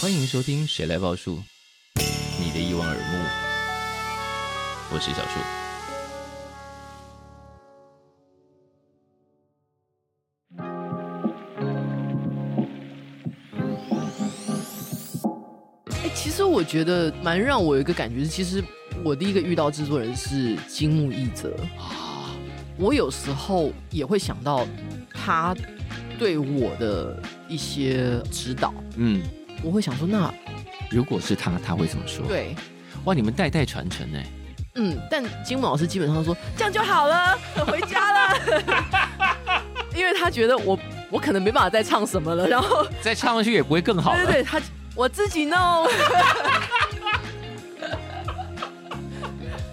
欢迎收听《谁来报数》，你的一望而目，我是小树。哎、其实我觉得蛮让我有一个感觉是，其实我第一个遇到制作人是金木一泽啊，我有时候也会想到他对我的一些指导，嗯，我会想说那如果是他，他会怎么说？，对。哇，你们代代传承哎，嗯，但金木老师基本上说这样就好了，回家了， 因为他觉得我我可能没办法再唱什么了，然后再唱上去也不会更好对了。对对，他我自己 弄。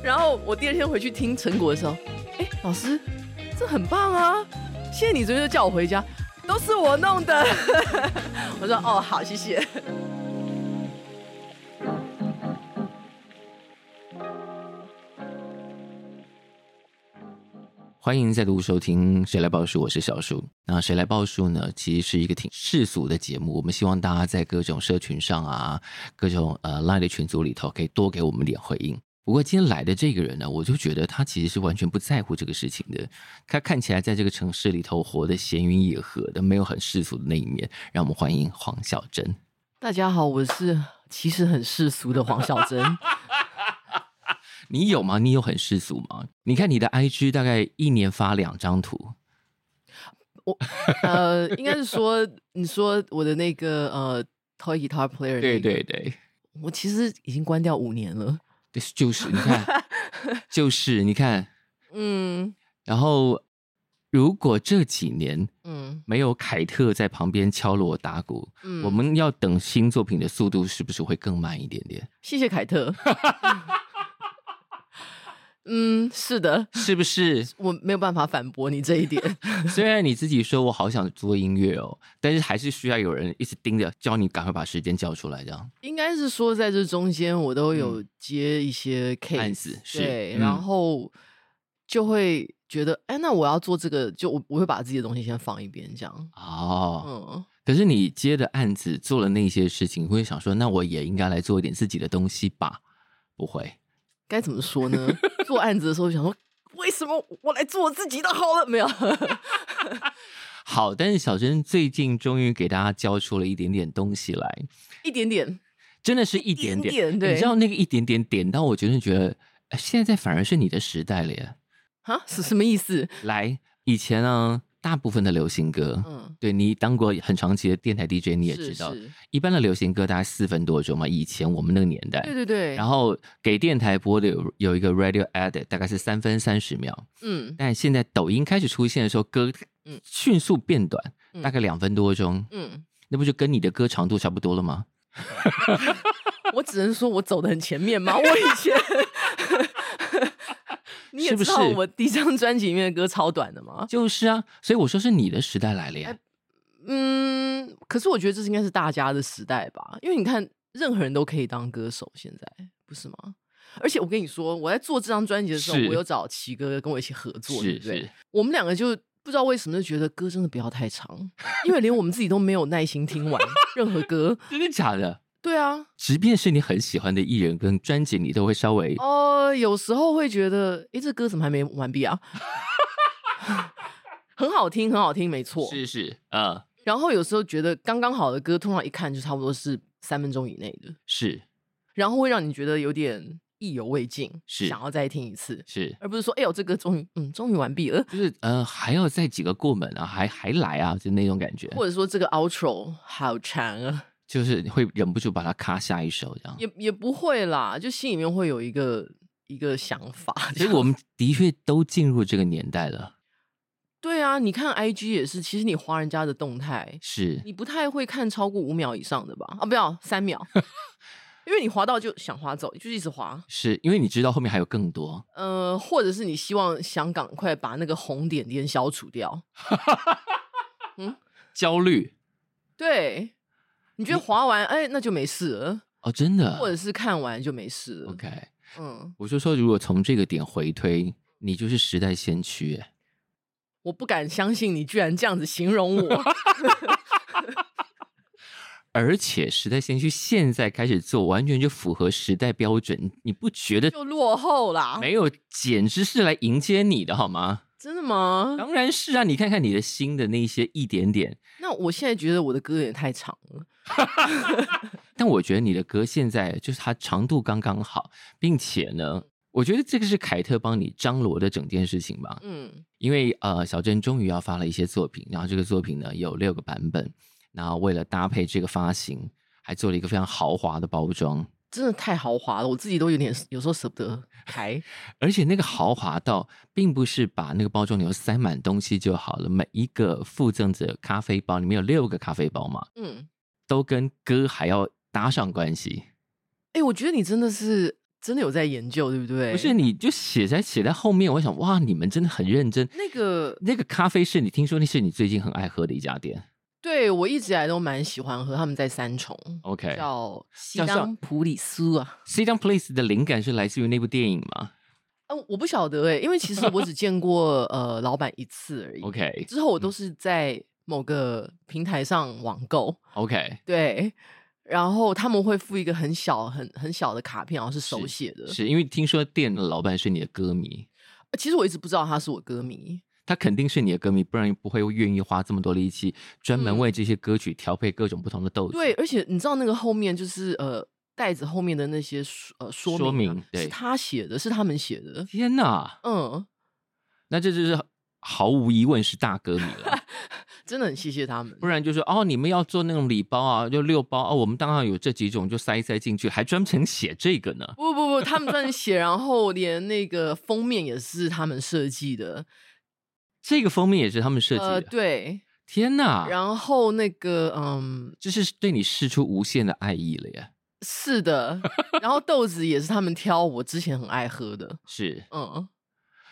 然后我第二天回去听成果的时候，哎，老师，这很棒啊！谢谢你昨天就叫我回家，都是我弄的。 我说哦，好，谢谢。欢迎再度收听《谁来报数》，我是小树。那《谁来报数》呢，其实是一个挺世俗的节目。我们希望大家在各种社群上啊，各种呃 Line 的群组里头，可以多给我们点回应。不过今天来的这个人呢，我就觉得他其实是完全不在乎这个事情的。他看起来在这个城市里头活得闲云野鹤的，没有很世俗的那一面。让我们欢迎黄小珍。大家好，我是其实很世俗的黄小 珍。你有吗？你有很世俗吗？你看你的 IG 大概一年发两张图，呃，应该是说，你说我的那个呃，Toy Guitar Player，、对，对对，我其实已经关掉五年了。对就是你看，就是你看。嗯然后，如果这几年嗯没有凯特在旁边敲锣打鼓，嗯，我们要等新作品的速度是不是会更慢一点点？谢谢凯特。嗯， 是的，是不是？我没有办法反驳你这一 点。虽然你自己说我好想做音乐哦，但是还是需要有人一直盯着，教你赶快把时间交出来，这样。应该是说，在这中间我都有接一些 case，、嗯案子是对，嗯然后就会觉得，哎，那我要做这个，就我我会把自己的东西先放一边，这样。哦，嗯，可是你接的案子做了那些事情，你会想说，那我也应该来做一点自己的东西吧？不会，该怎么说呢？做案子的时候想说，为什么我来做我自己的好了？没有， 好。但是小珍最近终于给大家交出了一点点东西来，一点点，真的是一点点，一点点你知道那个一点点点到我觉得觉得，呃现在反而是你的时代了耶。啊，是什么意思？来，以前呢，大部分的流行歌，嗯，对你当过很长期的电台 DJ，你也是知道，是一般的流行歌大概四分多钟嘛，以前我们那个年代。对对对，哎然后后给电台播的有有一个 radio edit，大概是三分三十秒。嗯但现在抖音开始出现的时候，歌嗯迅速变短，嗯大概两分多钟，嗯。那不就跟你的歌长度差不多了吗？我只能说我走的很前面嘛，我以前。 你也是不知是道我第一张专辑里面的歌超短的嘛，就是啊，所以我说是你的时代来了呀。哎嗯，可是我觉得这是应该是大家的时代吧，因为你看任何人都可以当歌手，现在不是吗？而且我跟你说，我在做这张专辑的时候是，我有找奇哥跟我一起合作，对是不对是？，我们两个就不知道为什么就觉得歌真的不要太长，因为连我们自己都没有耐心听完 任何歌。真的假的？对啊，即便是你很喜欢的艺人跟专辑，你都会稍微哦，有时候会觉得，诶，这歌怎么还没完毕啊？ 很好听，很好听，没错。是是呃然后有时候觉得刚刚好的歌，通常一看就差不多是三分钟以内的，是然后会让你觉得有点意犹未尽，是想要再听一次，是，而不是说，哎呦，这歌终于，嗯，终于完 毕了，就是呃还要再几个过门啊，还还来啊，就那种感觉，或者说这个 outro 好长啊，就是会忍不住把它卡下一首这样。也也不会啦，就心里面会有一个一个想法。 所以我们的确都进入这个年代了，对啊，你看 IG 也是，其实你划人家的动态，是你不太会看超过五秒以上的吧？啊，不要三秒， 因为你滑到就想滑走，就一直滑。是，因为你知道后面还有更多，呃，或者是你希望想赶快把那个红点点消除掉。焦虑对，你觉得滑完哎，那就没事了。哦，真的或者是看完就没事了。 ，OK。嗯，我就说，如果从这个点回推，你就是时代先驱耶。我不敢相信你居然这样子形容我。而且时代先驱现在开始做，完全就符合时代标准，你不觉得就落后啦？没有，简直是来迎接你的好吗？真的吗？当然是啊，你看看你的新的那些一点点，那我现在觉得我的歌有点太长了。但我觉得你的歌现在就是它长度刚刚好，并且呢，我觉得这个是凯特帮你张罗的整件事情吧，嗯因为呃，小珍终于要发了一些作品，然后这个作品呢有六个版本，然后为了搭配这个发行，还做了一个非常豪华的包装，，真的太豪华了，我自己都有点有时候舍不得 开。而且那个豪华到，并不是把那个包装里头塞满东西就好了，每一个附赠着咖啡包，里面有六个咖啡包嘛，嗯，都跟歌还要搭上关系。哎、我觉得你真的是真的有在研究，对不对？不是，你就写在写在后面，我想哇，你们真的很认真。那个，那个咖啡是你听说那是你最近很爱喝的一家店对我一直以来都蛮喜欢喝，他们在三重。 ，OK？叫西叫上当普里斯啊， 《Sit Down Place》的灵感是来自于那部电影嘛啊，我不晓得哎、因为其实我只见过呃老板一次而已。 ？OK 之后我都是在某个平台上网购， OK，对，然后他们会附一个很小、很很小的卡片，然后是手写的。是因为听说店的老板是你的歌迷，其实我一直不知道他是我歌迷，他肯定是你的歌迷，不然不会愿意花这么多力气专门嗯为这些歌曲调配各种不同的豆子。对，而且你知道那个后面就是呃袋子后面的那些说呃说明,、说明对是他写的，是他们写的。天哪，嗯，那这就是毫无疑问是大歌迷 了。真的很谢谢他们不。然就说哦，你们要做那种礼包啊，就六包哦，我们当然有这几种，就塞一塞进去，还专程写这个呢。不不不，他们专门写，然后连那个封面也是他们设计的。这个封面也是他们设计的。啊呃，对，天哪，然后那个嗯，这是对你示出无限的爱意了耶！是的，然后豆子也是他们挑，我之前很爱喝的。是，嗯，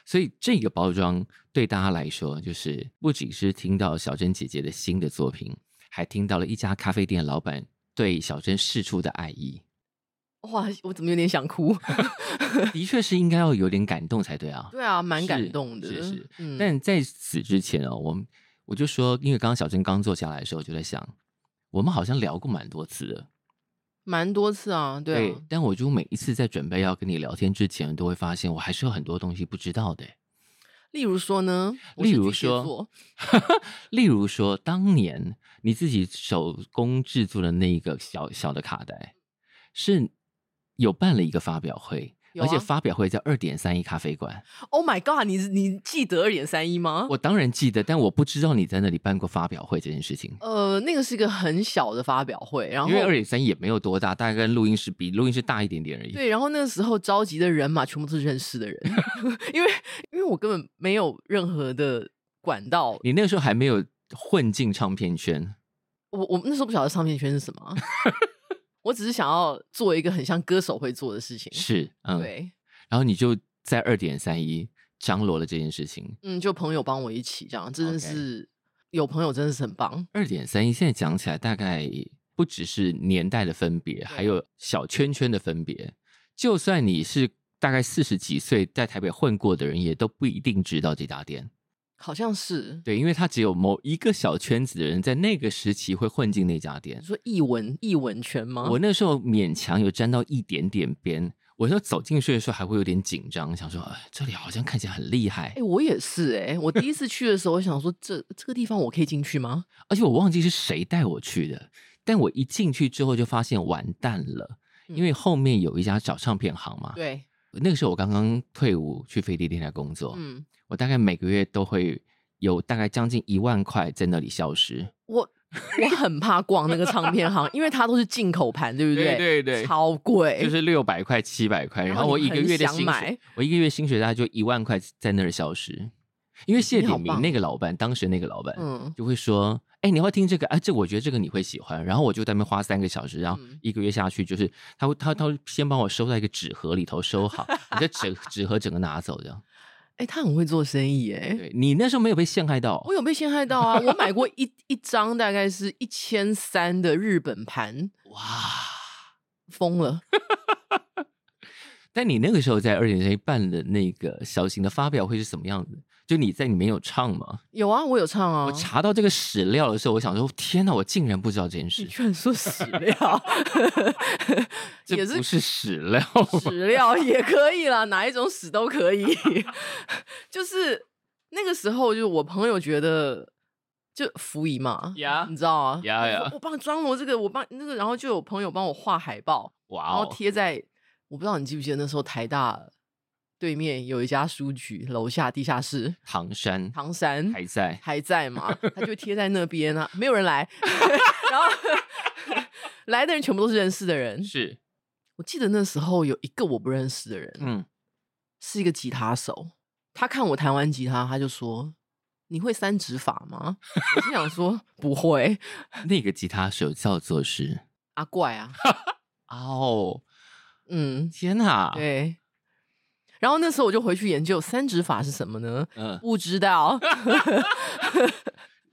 所以这个包装对大家来说，就是不只是听到小珍姐姐的新的作品，还听到了一家咖啡店老板对小珍示出的爱意。哇，我怎么有点 想哭？的确是应该要有点感动才对啊。对啊，蛮是感动的。是是嗯，但在此之前哦，我们我就说，因为刚刚小珍刚坐下来的时候，我就在想，我们好像聊过蛮多次的，哎蛮多次啊，对啊，但我就每一次在准备要跟你聊天之前，都会发现我还是有很多东西不知道的。例如说呢，我例是如巨蟹说座 例如说，当年你自己手工制作的那一个小小的卡带，是有办了一个发表会，有而且啊发表会在二点三一咖啡馆。 ，Oh my God，你你记得二点三一吗？我当然记得，但我不知道你在那里办过发表会这件事情。呃，那个是一个很小的发表会，然后因为二点三一也没有多大，大概跟录音室比，录音室大一点点而已。对，然后那个时候召集的人嘛，全部都是认识 的人，因为因为我根本没有任何的管道，你那个时候还没有混进唱片圈，我我那时候不晓得唱片圈是什么 啊，我只是想要做一个很像歌手会做的事情，是嗯，对，然后你就在二点三一张罗了这件事情。嗯，就朋友帮我一起这样，真的 OK 是有朋友真的是很棒，二点三一现在讲起来，大概不只是年代的分别，还有小圈圈的分别。就算你是大概四十几岁在台北混过的人，也都不一定知道这家店。好像是对，因为它只有某一个小圈子的人在那个时期会混进那家店你。说译文译文圈吗？我那时候勉强有沾到一点点边，我说走进去的时候还会有点紧张，想说、哎、这里好像看起来很厉害哎、，我也是哎、我第一次去的时候，我想说这这个地方我可以进去吗？而且我忘记是谁带我去的，但我一进去之后就发现完蛋了，因为后面有一家小唱片行嘛。嗯对，那个时候我刚刚退伍去飞碟电台工作，嗯，我大概每个月都会有大概将近一万块在那里消失。我我很怕逛那个唱片行，因为它都是进口盘，对不对？对对对超贵，就是六百块、七百块，然然后后我你一个很月的想薪水买，我一个月薪水大概就一万块在那儿消失。因为谢你好鼎明棒哦那个老板，当时那个老板，嗯，就会说：“哎、你要不要听这个？哎、这我觉得这个你会喜欢。”然后我就在那边花三个小时，然后嗯一个月下去，就是他会他他会先帮我收在一个纸盒里头收好，你这 纸纸盒整个拿走这样。哎、他很会做生意哎、对你那时候没有被陷害到我，有被陷害到啊！我买过一一张大概是一千三的日本盘，哇！疯了。但你那个时候在二点零办的那个小型的发表会是什么样子？就你在里面有唱吗？有啊，我有唱啊。我查到这个史料的时候，我想说，天哪，我竟然不知道这件你事，居然说史料，这也是不是史料吗？史料也可以啦，哪一种史都可以。 就是那个时候，就我朋友觉得就浮仪嘛呀你知道啊？呀呀我我帮你装模这个，我帮那个，然后就有朋友帮我画海报，然哇后哦，贴在我不知道你记不记得那时候台大对面有一家书局，楼下地下室唐山唐山还在，还在嘛， 他就贴在那边啊，没有人来，然后 来的人全部都是认识的人。是，我记得那时候有一个我不认识的人，嗯，是一个吉他手，他看我弹完吉他，他就说：“你会三指法吗？”我就想说不会，嗯那个吉他手叫做是，阿怪啊，哦， 嗯，天哪，，对。然后那时候我就回去研究三指法是什么呢？嗯，不知道，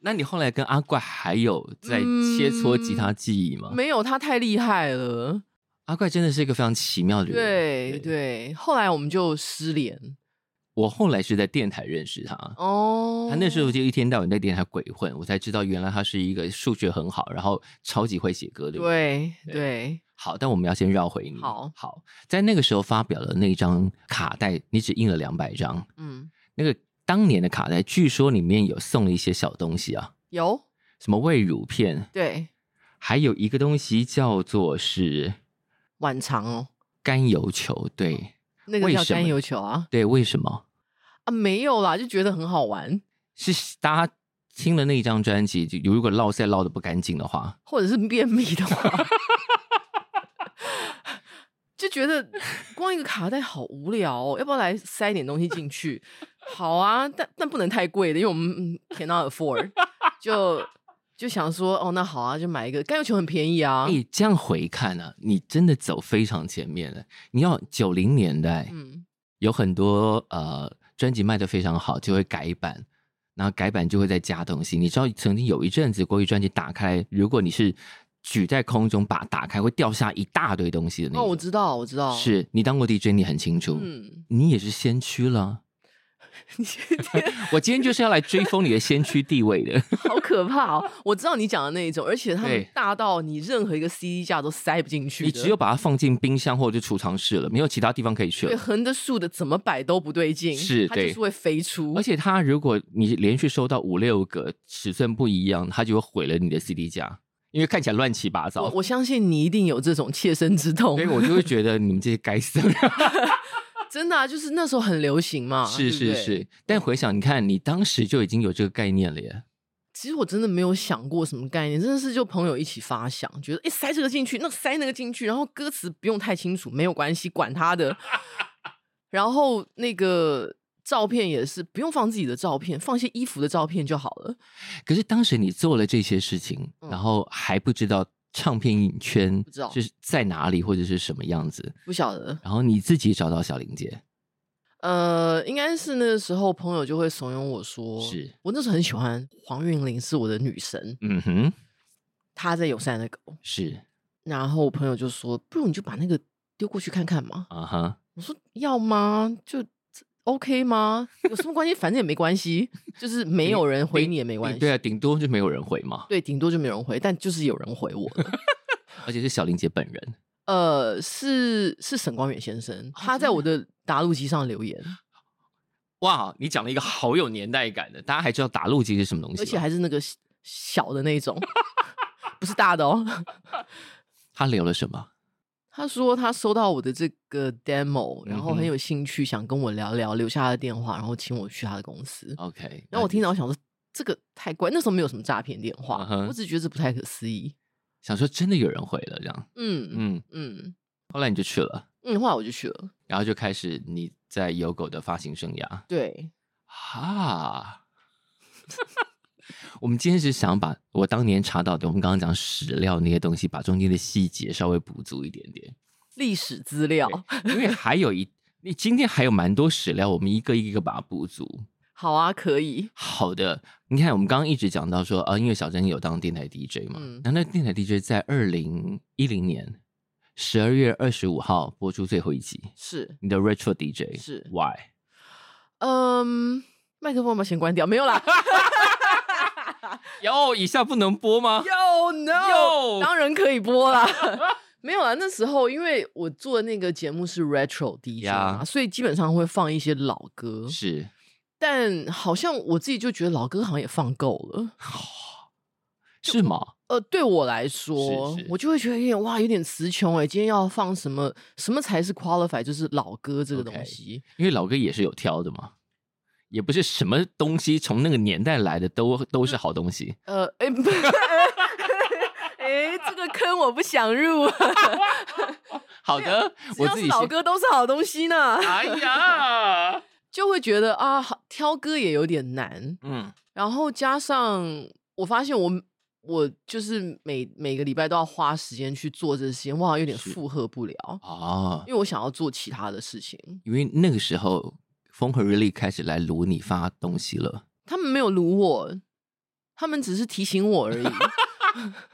那你后来跟阿怪还有在切磋吉他技艺吗？嗯没有他太厉害了。阿怪真的是一个非常奇妙的人，对对，后来我们就失联我后来是在电台认识他，哦。他那时候就一天到晚在电台鬼混，我才知道原来他是一个数学很好，然后超级会写歌的人。，对对对，好，但我们要先绕回你。好好，在那个时候发表了那一张卡带，你只印了两百张。嗯，那个当年的卡带，据说里面有送了一些小东西啊，有什么胃乳片，对还有一个东西叫做是晚长哦，甘油球。对那个为叫什么甘油球啊对，为什么？啊没有啦，就觉得很好玩。是大家听了那一张专辑，就如果落塞落的不干净的话，或者是便秘的话，就觉得光一个卡带好无聊、哦，要不要来塞一点东西进去？好啊，但但不能太贵的，因为我们嗯 cannot afford，就 就想说哦，那好啊，就买一个甘油球很便宜啊，哎，这样回看呢、啊，你真的走非常前面了。你要九零年代、嗯，有很多呃专辑卖的非常好，就会改版，然后改版就会再加东西。你知道曾经有一阵子国语专辑打开，如果你是举在空中把它打开，会掉下一大堆东西的那哦，种。我知道，我知道，，是你当过 DJ，你很清楚，嗯， 你也是先驱了。你今天我今天就是要来追风你的先驱地位 的。好可怕哦！我知道你讲的那一种，而且他们对大到你任何一个 CD 架都塞不进去你的，只有把它放进冰箱或者是储藏室了，没有其他地方可以去对 了。横的竖的怎么摆都不对劲，是它就对是会飞出，而且它如果你连续收到五六个尺寸不一样，它就会毁了你的 CD 架，因为看起来乱七八我糟。我相信你一定有这种切身 之痛所以，我就会觉得你们这些该死的人。 真的、啊、就是那时候很流行嘛， 是对是不对。是，但回想你看，你当时就已经有这个概念了耶。其实我真的没有想过什么概念，真的是就朋友一起发想，觉得哎塞这个进去，那塞那个进去，然后歌词不用太清楚，没有关系，管他的。然后那个照片也是不用放自己的照片，放一些衣服的照片就好了。可是当时你做了这些事情，嗯然后还不知道唱片圈知道是在哪里或者是什么样子，不晓得，然后你自己找到小林姐，呃，应该是那个时候朋友就会怂恿我说，是我那时候很喜欢黄韵玲，是我的女神，嗯哼，她在友善的狗。是然后我朋友就说：“不如你就把那个丢过去看看嘛。啊哈，”我说：“要吗？就这 OK 吗？有什么关系？反正也没关系，就是没有人回你也没关系。对啊，顶多就没有人回嘛，对，顶多就没有人回，但就是有人回我了。而且是小林姐本人。呃，是是沈光远先生，他哦真的在啊我的答录机上留言，哇，你讲了一个好有年代感的，大家还知道打录机是什么东西吗，而且还是那个小小的那种，不是大的哦。 他留了什么？他说他收到我的这个 demo，然后嗯很哼有兴趣，想跟我聊聊，留下他的电话，然后请我去他的公司。 OK，然那后我你听到，我想说这个太怪，那时候没有什么诈骗电话嗯哼我只觉得这不太可思议。想说真的有人回了这样，嗯嗯，嗯后来你就去了，嗯，后来我就去了。然后就开始你在有狗的发行生涯。对，哈， 我们今天是想把我当年查到的，我们刚刚讲史料那些东西，把中间的细节稍微补足一点点，历史资料因为还有一，你今天还有蛮多史料，我们一个一个把它补足。 好啊，可以。好的，你看我们刚刚一直讲到说，呃啊，因为小珍有当电台 DJ 嘛，嗯那那电台 DJ 在二零一零年十二月二十五号播出最后一集，是，你的 Retro DJ 是 Why？嗯，麦克风把先关掉，没有 啦。哟，以下不能播吗？ 有 Yo！当然可以播啦。 没有啊，那时候因为我做的那个节目是 retro DJ 嘛呀所以基本上会放一些老歌，是，但好像我自己就觉得老歌好像也放够了。是吗？呃，对我来说，是是我就会觉得有点哇，有点词穷哎、今天要放什么？什么才是 qualify？就是老歌这个 OK 东西。因为老歌也是有挑的嘛，也不是什么东西从那个年代来的都都是好东西。呃， 哎、不哎、这个坑我不想入。好的，啊只我要自是己老先。歌都是好东西呢，哎 呀，就会觉得啊，好挑歌也有点难。嗯，然后加上我发现我我就是每每个礼拜都要花时间去做这些，我好像有点是负荷不了，哦，因为我想要做其他的事情。因为那个时候风和日丽开始来撸你发东西了，他们没有撸我，他们只是提醒 我而已。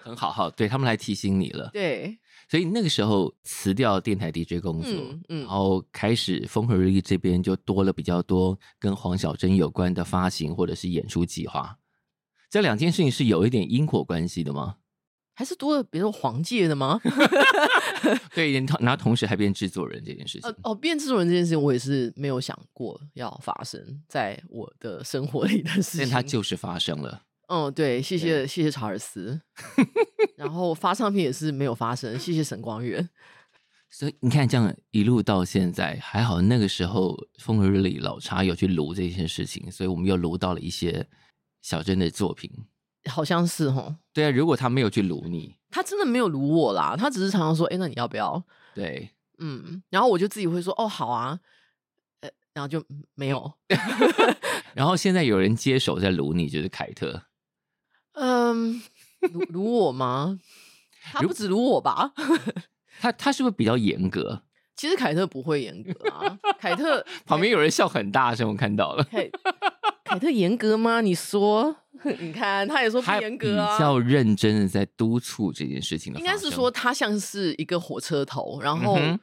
很好好，对他们来提醒你了。对，所以那个时候辞掉电台 DJ 工作，嗯嗯然后开始风和日丽这边就多了比较多跟黄小珍有关的发行或者是演出计划。这两件事情是有一点因果关系的吗？还是多了别人黄界 的吗？对，然后然后同时还变制作人这件事情呃，哦，变制作人这件事情，我也是没有想过要发生在我的生活里的事但情。它就是发生了。嗯，对，谢谢谢谢查尔 斯，然后发唱片也是没有发生，谢谢沈光远。所以你看，这样一路到现在，还好那个时候风和日丽老茶有去撸这件事情，所以我们又撸到了一些小珍的作品。好像是哦，对啊，如果他没有去撸你，他真的没有撸我啦，他只是常常说，哎、那你要不要？对，嗯，然后我就自己会说，哦，好啊，呃，然后就嗯没有，然后现在有人接手在撸你，就是凯特。嗯，撸撸我吗？他不止撸我吧？ 他他是不是比较严格？其实凯特不会严格啊，凯特旁边有人笑很大声，我看到了。凯凯特严格吗？你说， 你看他也说不他严比格啊，较认真的在督促这件事情的应发生，该是说他像是一个火车头，然后嗯哼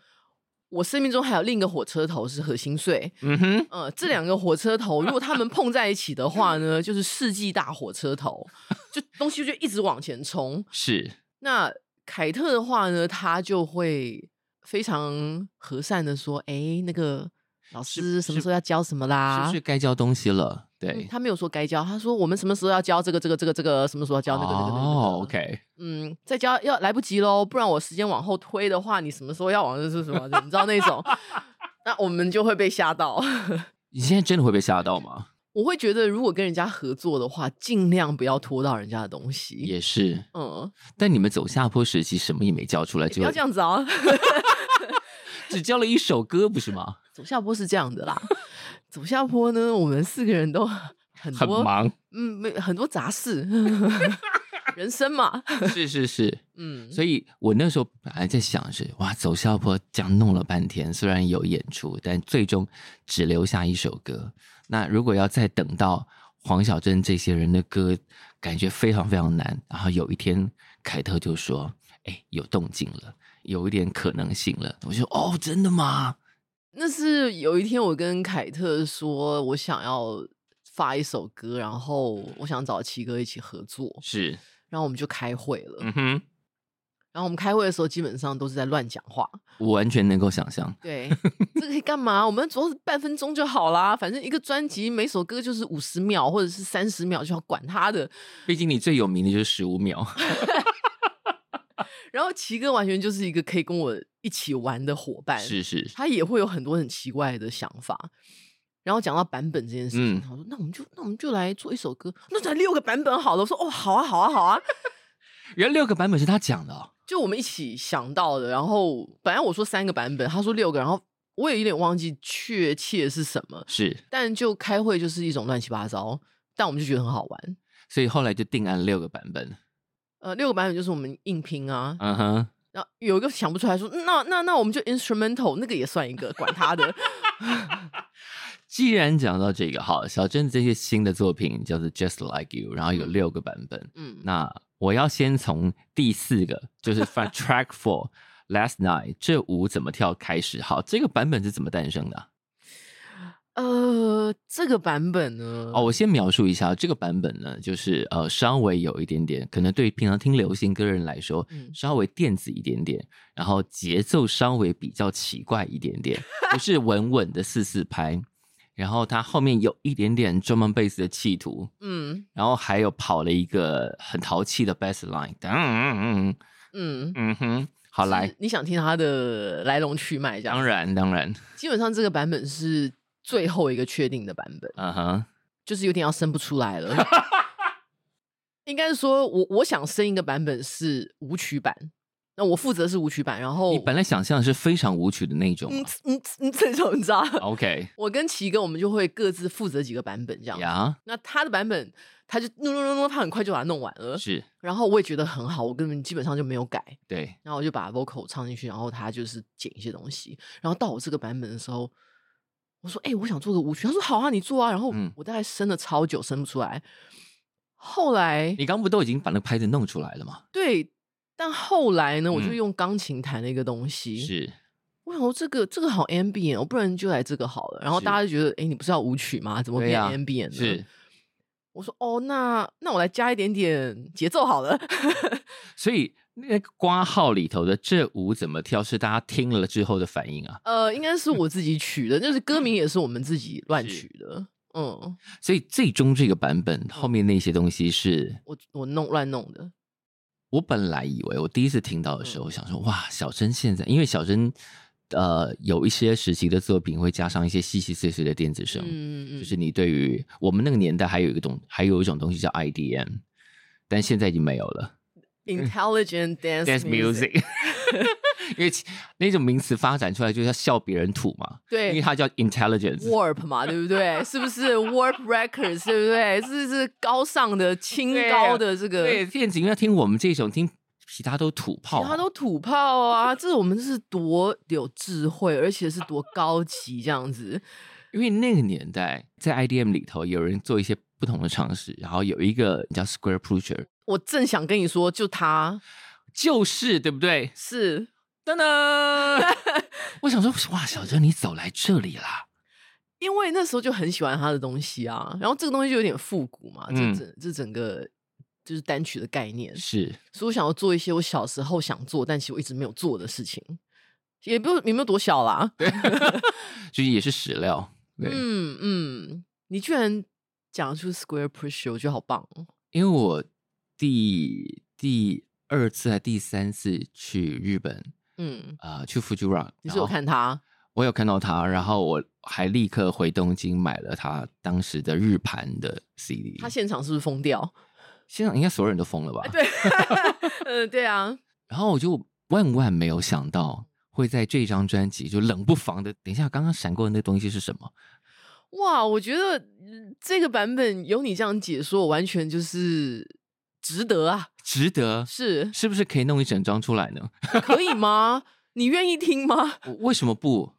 我生命中还有另一个火车头是何心碎。嗯哼，呃，这两个火车头，如果他们碰在一起的话呢， 就是世纪大火车头，就东西就一直往前冲。是那凯特的话呢，他就会非常和善的说：“哎，那个老师是什么时候要教什么啦？”是不是该交东西了？啊嗯对，他没有说该教，他说我们什么时候要教这个这个这个这个，什么时候要教那个那个那个那个。哦，OK，嗯，再加要来不及喽，不然我时间往后推的话，你什么时候要往就是什么，你知道那 种，那我们就会被吓到。 你现在真的会被吓到吗？我会觉得，如果跟人家合作的话，尽量不要拖到人家的东西。也是，嗯，但你们走下坡时期什么也没交出来，不就要这样子啊！只交了一首歌，不是 吗？走下坡是这样的啦，走下坡呢，我们四个人都很很多， 忙，嗯，没很多杂事， 人生嘛，是是是，嗯，所以我那时候本来在想是哇，走下坡这样弄了半天，虽然有演出，但最终只留下一首歌。那如果要再等到黄小珍这些人的歌，感觉非常非常难。然后有一天，凯特就说：“哎，有动静了，有一点可能性了。”我就说：“哦，真的吗那是有一天我跟凯特说，我想要发一首歌，然后我想找七哥一起合作？”，是，然后我们就开会了。嗯哼，然后我们开会的时候，基本上都是在乱讲 话。我完全能够想象。对，这个可以干嘛？我们主要是半分钟就好啦，反正一个专辑每首歌就是五十秒或者是三十秒，就要管他的。毕竟你最有名的就是十五秒，然后奇哥完全就是一个可以跟我一起玩的伙 伴，是是，他也会有很多很奇怪的想法。然后讲到版本这件事情，嗯他说：“那我们就那我们就来做一首歌，那就来六个版本好了。”我说：“哦，好啊，好啊，好啊。原来六个版本是他讲的、哦，”就我们一起想到的。然后本来我说三个版本，他说六个，然后我也有点忘记确切是什么，是，但就开会就是一种乱七八糟，但我们就觉得很好玩。所以后来就定案六个版本。呃，六个版本就是我们硬拼啊，嗯哼。然后有一个想不出来说，那那那我们就 instrumental 那个也算一个，管他的。既然讲到这个，好，小镇这些新的作品叫做《Just Like You》，然后有六个版本。嗯，那我要先从第四个，就是 Fra- Track Four Last Night 这舞怎么跳开始。好，这个版本是怎么诞生的啊、呃，这个版本呢？哦，我先描述一下这个版本呢，就是呃稍微有一点点，可能对平常听流行歌人来说嗯，稍微电子一点点，然后节奏稍微比较奇怪一点点，不是稳稳的四四拍，然后它后面有一点点 drum and bass 的企图，嗯然后还有跑了一个很淘气的 bass line，嗯嗯嗯，嗯哼，好来是，你想听它的来龙去脉这样？当然当然，基本上这个版本是最后一个确定的版本，嗯哼，哦就是有点要生不出来了。 应该是说我我想生一个版本是舞曲版，那我负责是舞曲版，然后你本来想象的是非常舞曲的那种嗯嘛嗯嗯这种你知道， ，OK 我跟奇哥我们就会各自负责几个版本这样。呀，那他的版本他就弄弄弄弄，他很快就把它弄完了，是然后我也觉得很好，我根本基本上就没有改，对。然后我就把 vocal 唱进去，然后他就是剪一些东西，然后到我这个版本的时候，我说：“哎、我想做个舞曲。”他说：“好啊，你做啊。”然后嗯我大概生了超久，生不出来。后来你刚不都已经把那个拍子弄出来了吗？对，但后来呢，我就嗯用钢琴弹了一个东西。是，我想说这个这个好 ambient，我不然就来这个好了。然后是大家就觉得：“哎、你不是要舞曲吗？怎么对变呀 ambient 呢？”是，我说：“哦，那那我来加一点点节奏好了。所以那个挂号里头的这舞怎么跳是大家听了之后的反应啊”，呃，应该是我自己取的，就是歌名也是我们自己乱是取的。嗯。所以最终这个版本后面那些东西是我我弄乱弄的，我本来以为我第一次听到的嗯时候，我想说哇，小珍现在因为小珍呃有一些时期的作品会加上一些细细碎碎的电子声，嗯嗯，就是你对于我们那个年代还有一个东还有一种东西叫 IDM，但现在已经没有了。 intelligent dance dance music，因 为其那种名词发展出来就是要笑别人土嘛，因为对它叫 intelligence， warp 嘛，对不对？是不是 warp records，对不对？是是高尚的、清对啊高的这个，对，电子音乐听我们这种听其他都土炮啊，他都土炮啊！这我们是多有智慧，而且是多高级这样子。因为那个年代在 IDM 里头有人做一些不同的尝试，然后有一个叫 Square Pusher，我正想跟你说，就他就是对不对？是噔噔，我想说哇，小珍你走来这里啦， 因为那时候就很喜欢他的东西啊，然后这个东西就有点复古嘛，这嗯整、这整个就是单曲的概念，是所以我想要做一些我小时候想做，但其实我一直没有做的事情，也不也没有多小啦。就是也是史料，对，嗯嗯，你居然讲出 Square Push，我觉得好棒哦。因为我第第二次还第三次去日本。嗯，啊、去 Fujura，你是有，然看后他？我有看到他，然后我还立刻回东京买了他当时的日盘的 CD。他现场是不是疯掉？ 现场应该所有人都疯了吧？对，嗯，对啊，然后我就万万没有想到会在这张专辑就冷不防的，等一下刚刚闪过的那东西是什么？哇，我觉得嗯这个版本有你这样解说，完全就是值得啊，值得， 是是不是可以弄一整张出来呢？可以吗？你愿意听吗？我为什么不？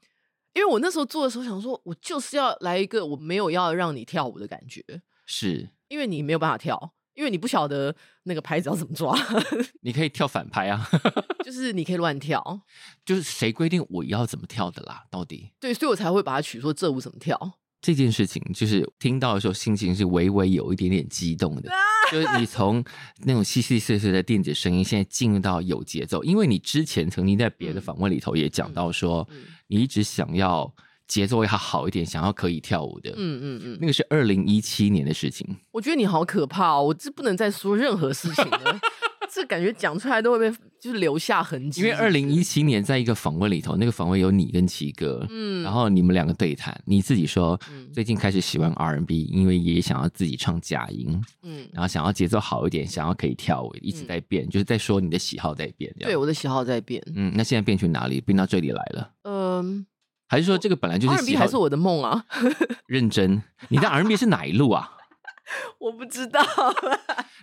因为我那时候做的时候想说，我就是要来一个我没有要让你跳舞的感觉。是因为你没有办法跳，因为你不晓得那个拍子要怎么抓， 你可以跳反拍啊， 就是你可以乱跳。就是谁规定我要怎么跳的啦？到底对，所以我才会把它取说这舞怎么跳。这件事情，就是听到的时候心情是微微有一点点激动啊的，就是你从那种细细碎碎的电子声音，现在进入到有节奏，因为你之前曾经在别的访问里头也讲到说，嗯你一直想要节奏要好一点，想要可以跳舞的，嗯嗯那嗯，个是二零一七年的事情，我觉得你好可怕、哦，我这不能再说任何事情了， 这感觉讲出来都会被就是留下痕迹。因为二零一七年在一个访问里头，那个访问有你跟奇哥，嗯，然后你们两个对谈，你自己说嗯最近开始喜欢 R&B，因为也想要自己唱假音。嗯，然后想要节奏好一点，想要可以跳舞，一直在变，就是在说你的喜好在变。这样对，，我的喜好在变。嗯，那现在变去哪里？变到这里来了，嗯还是说这个本来就是喜，R&B 好还是我的梦啊， 认真？你的 R&B 是哪一路 啊？我不知道，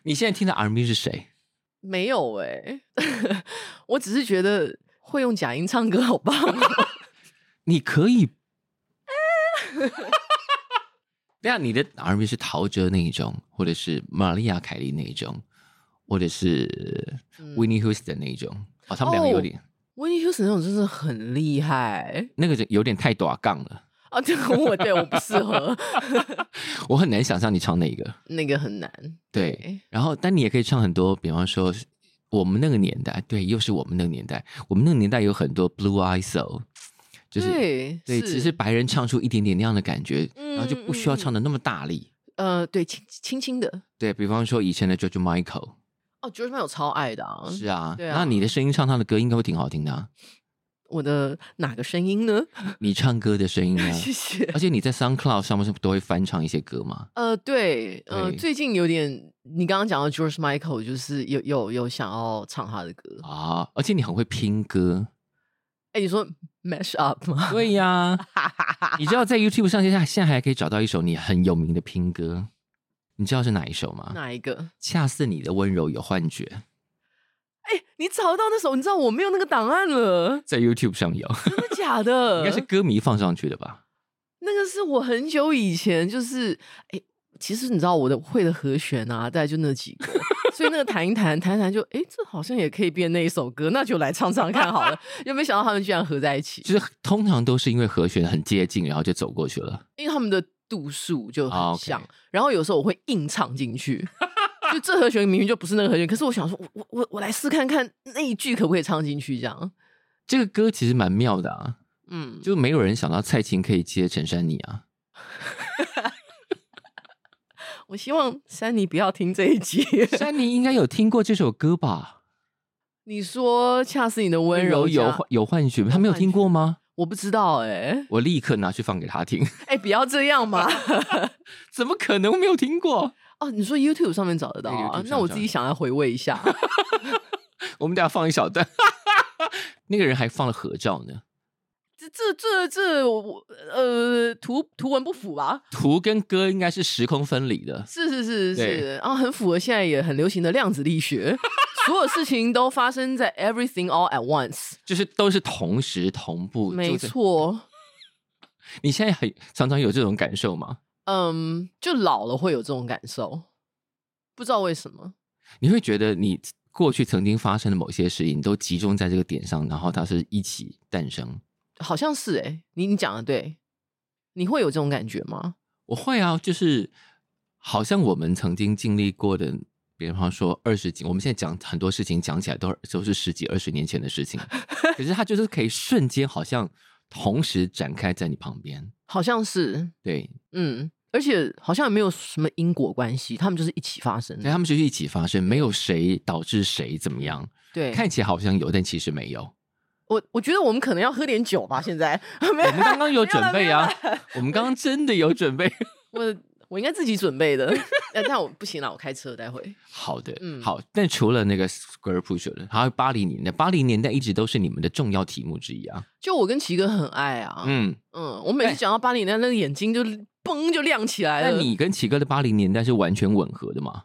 你现在听的 R&B 是谁？ 没有哎、 我只是觉得会用假音唱歌好 棒哦、你可 以，对啊，你的 R&B 是陶喆那一种，或者是玛丽亚凯莉那一种，或者是嗯 Winnie Houston 那一种。哦，他们两个有点，温尼休斯那种真的很厉害那个就有点太短杠了，啊！这个我对 我不适合， 我很难想象你唱哪个。那个很难。对，然后，但你也可以唱很多，比方说我们那个年代，对，又是我们那个年代，我们那个年代有很多 Blue Eye Soul，就是对对，只是白人唱出一点点那样的感觉，嗯然后就不需要唱的那么大力。呃，对，轻轻轻的。对比方说以前的 George Michael，、哦，George Michael 超爱的啊！是啊，对啊那你的声音唱他的歌应该会挺好听的、啊，我的哪个声音呢？你唱歌的声音啊， 谢谢。而且你在 SoundCloud 上面是不是都会翻唱一些歌嘛？呃，对，呃，对最近有点，你刚刚讲到 George Michael，就是有有有想要唱他的歌。啊，而且你很会拼歌，哎，你说 mash up 吗？对呀、你知道在 YouTube 上现在现在还可以找到一首你很有名的拼歌，你知道是哪一首吗？哪一个？恰似你的温柔有幻觉，哎，你找到那首？你知道我没有那个档案了，在 YouTube 上有，真的假的？应该是歌迷放上去的吧？那个是我很久以前就是，哎、其实你知道我的会的和弦啊，大概就那几个，所以那个弹一弹，弹一弹就，哎、这好像也可以变那一首歌，那就来唱唱看好 了。就没想到他们居然合在一起，就是通常都是因为和弦很接近，然后就走过去了。因为他们的度数就啊很，OK 像，然后有时候我会硬唱进去。就这和弦明明就不是那个和弦，可是我想说，我我我我来试看看那一句可不可以唱进去，这样，这个歌其实蛮妙的啊，嗯，就没有人想到蔡琴可以接陈珊妮 啊。我希望珊妮不要听这一集。珊妮应该有听过这首歌吧？ 你说恰似你的温柔有加有幻觉，她没有听过吗？我不知道哎、我立刻拿去放给她听， 哎、不要这样嘛！怎么可能没有听过？ 哦，你说 YouTube 上面找得到对，YouTube 啊？上那我自己想来回味一下。我们等一下放一小段。 那个人还放了合照呢， 这这这这，我呃，图图文不符吧？图跟歌应该是时空分离的。是是是对是，然后很符合现在也很流行的量子力学， 所有事情都发生在 everything all at once。就是都是同时同步，没就是。错，你现在很常常有这种感受吗？嗯，就老了会有这种感受，不知道为什么。你会觉得你过去曾经发生的某些事情都集中在这个点上，然后它是一起诞生。好像是哎、你你讲的对，你会有这种感觉吗？我会啊，就是好像我们曾经经历过的，比方说二十几，我们现在讲很多事情讲起来都都是十几二十年前的事情， 可是它就是可以瞬间好像同时展开在你旁边。好像是，对，嗯，而且好像也没有什么因果关系，他们就是一起发生所以的。他们就是一起发生，没有谁导致谁怎么样，对，看起来好像有，但其实没有。 我我觉得我们可能要喝点酒吧，现在 没我有们刚刚有准备啊没有了， 我们刚刚真的有准备。我我应该自己准备的， 呃但我不行了，我开车待会。 好的，嗯好。但除了那个 Square Pusher，还有八零年代，八零年代一直都是你们的重要题目之一啊。就我跟奇哥很爱啊，嗯嗯，我每哎次讲到八零年代，那个眼睛就嘣就亮起来那了。你跟奇哥的八零年代是完全吻合的嘛？